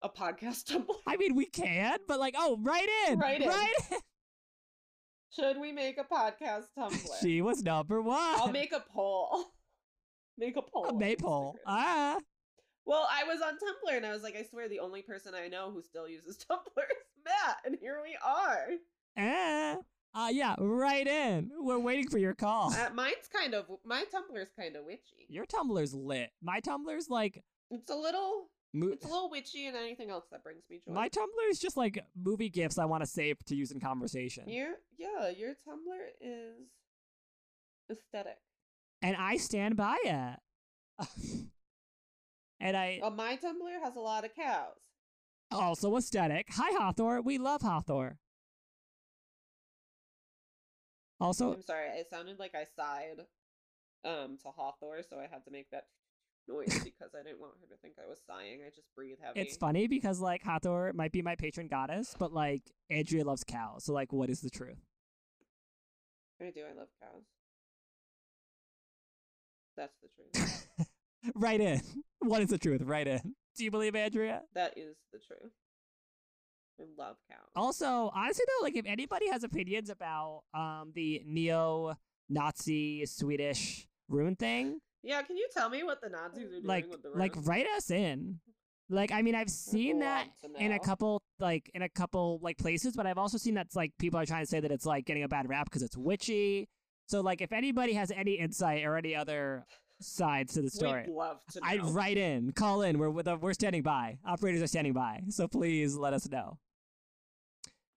S3: a podcast Tumblr?
S2: I mean, we can, but like, oh, right in,
S3: Right in.
S2: right
S3: Should we make a podcast
S2: in.
S3: Tumblr?
S2: She was number one.
S3: I'll make a poll. Make a poll.
S2: a
S3: on
S2: maypole.
S3: Instagram.
S2: Ah,
S3: Well, I was on Tumblr and I was like, I swear the only person I know who still uses Tumblr is Matt, and here we are.
S2: ah, ah, yeah, right in. We're waiting for your call.
S3: Uh, mine's kind of my Tumblr's kind of witchy.
S2: your Tumblr's lit. My Tumblr's like,
S3: It's a little
S2: mo-
S3: it's a little witchy and anything else that brings me joy.
S2: my Tumblr's just like movie gifts I want to save to use in conversation.
S3: your yeah, your Tumblr is aesthetic.
S2: And I stand by it. and I
S3: Well, Uh, my Tumblr has a lot of cows.
S2: also aesthetic. Hi, Hawthor. We love Hawthor. Also,
S3: I'm sorry, it sounded like I sighed um to Hawthor, so I had to make that noise because I didn't want her to think I was sighing. I just breathe heavy.
S2: it's funny because like Hathor might be my patron goddess, but like Andrea loves cows. So like, what is the truth?
S3: I do. I love cows. That's the truth.
S2: Right in. What is the truth? Right in. Do you believe Andrea?
S3: that is the truth. I love cows.
S2: Also, honestly though, like if anybody has opinions about um the neo-Nazi Swedish rune thing,
S3: yeah, can you tell me what the Nazis are doing
S2: Uh, like
S3: with the
S2: like
S3: Runes?
S2: write us in. Like I mean, I've seen that
S3: Want to
S2: in a
S3: know.
S2: couple like in a couple like places, but I've also seen that's like people are trying to say that it's like getting a bad rap because it's witchy. So like, if anybody has any insight or any other sides to the story,
S3: We'd love to know.
S2: I'd write in, call in. We're we're we're standing by. Operators are standing by. So please let us know.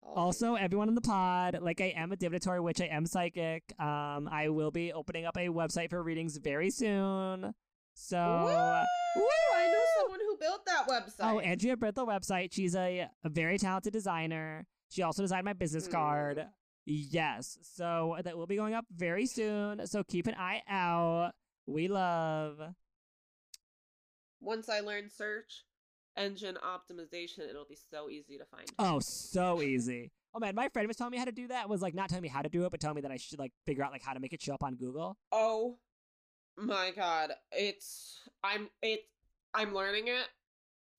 S3: All
S2: Also, everyone in the pod, like I am a divinatory witch, I am psychic. Um, I will be opening up a website for readings very soon. So.
S3: Woo! I know
S2: Woo!
S3: someone who built that website.
S2: Oh, Andrea built the website. She's a, a very talented designer. She also designed my business
S3: Mm.
S2: card. Yes. So that will be going up very soon. So keep an eye out. We love.
S3: Once I learn search engine optimization, it'll be so easy to find.
S2: Oh, so easy. Oh man, my friend was telling me how to do that. Was like not telling me how to do it, but telling me that I should like figure out like how to make it show up on Google.
S3: Oh my god, it's I'm it I'm learning it.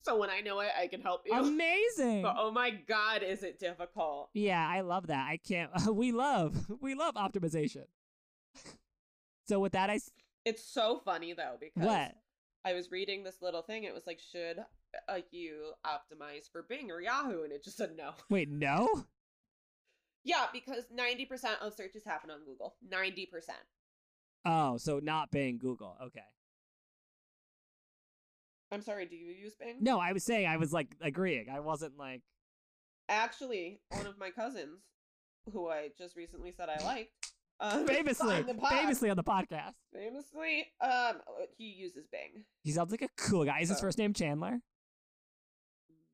S3: So when I know it, I can help you.
S2: Amazing.
S3: But oh my god, is it difficult?
S2: Yeah, I love that. I can't. we love. We love optimization. so with that, I s-
S3: It's so funny though because
S2: what?
S3: I was reading this little thing. It was like, should uh, you optimize for Bing or Yahoo? And it just said no.
S2: Wait, no.
S3: Yeah, because ninety percent of searches happen on Google. Ninety percent.
S2: Oh, so not being Google. Okay.
S3: I'm sorry. Do you use Bing?
S2: No, I was saying I was like agreeing. I wasn't like
S3: Actually, one of my cousins, who I just recently said I liked, um,
S2: famously,
S3: on the pod-
S2: famously on the podcast.
S3: famously, um, he uses Bing.
S2: He sounds like a cool guy. Is his
S3: Oh.
S2: first name Chandler?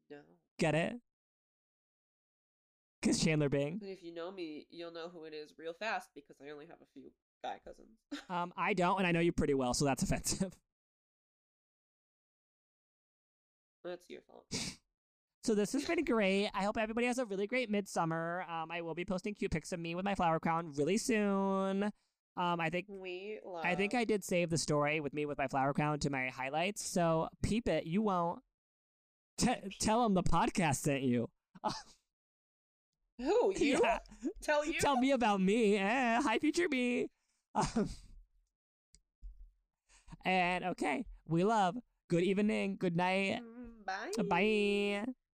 S3: No,
S2: Get it? Cause Chandler Bing.
S3: but if you know me, you'll know who it is real fast because I only have a few guy cousins.
S2: Um, I don't, and I know you pretty well, so that's offensive.
S3: That's your fault.
S2: So this has been great. I hope everybody has a really great midsummer. Um, I will be posting cute pics of me with my flower crown really soon. Um, I think
S3: We love.
S2: I think I did save the story with me with my flower crown to my highlights. So peep it. You won't. T- tell them the podcast sent you.
S3: Who you?
S2: Yeah.
S3: Tell you.
S2: Tell me about me. Eh, hi, future me. Um, and okay, we love. Good evening. Good night.
S3: Mm, Bye.
S2: Bye.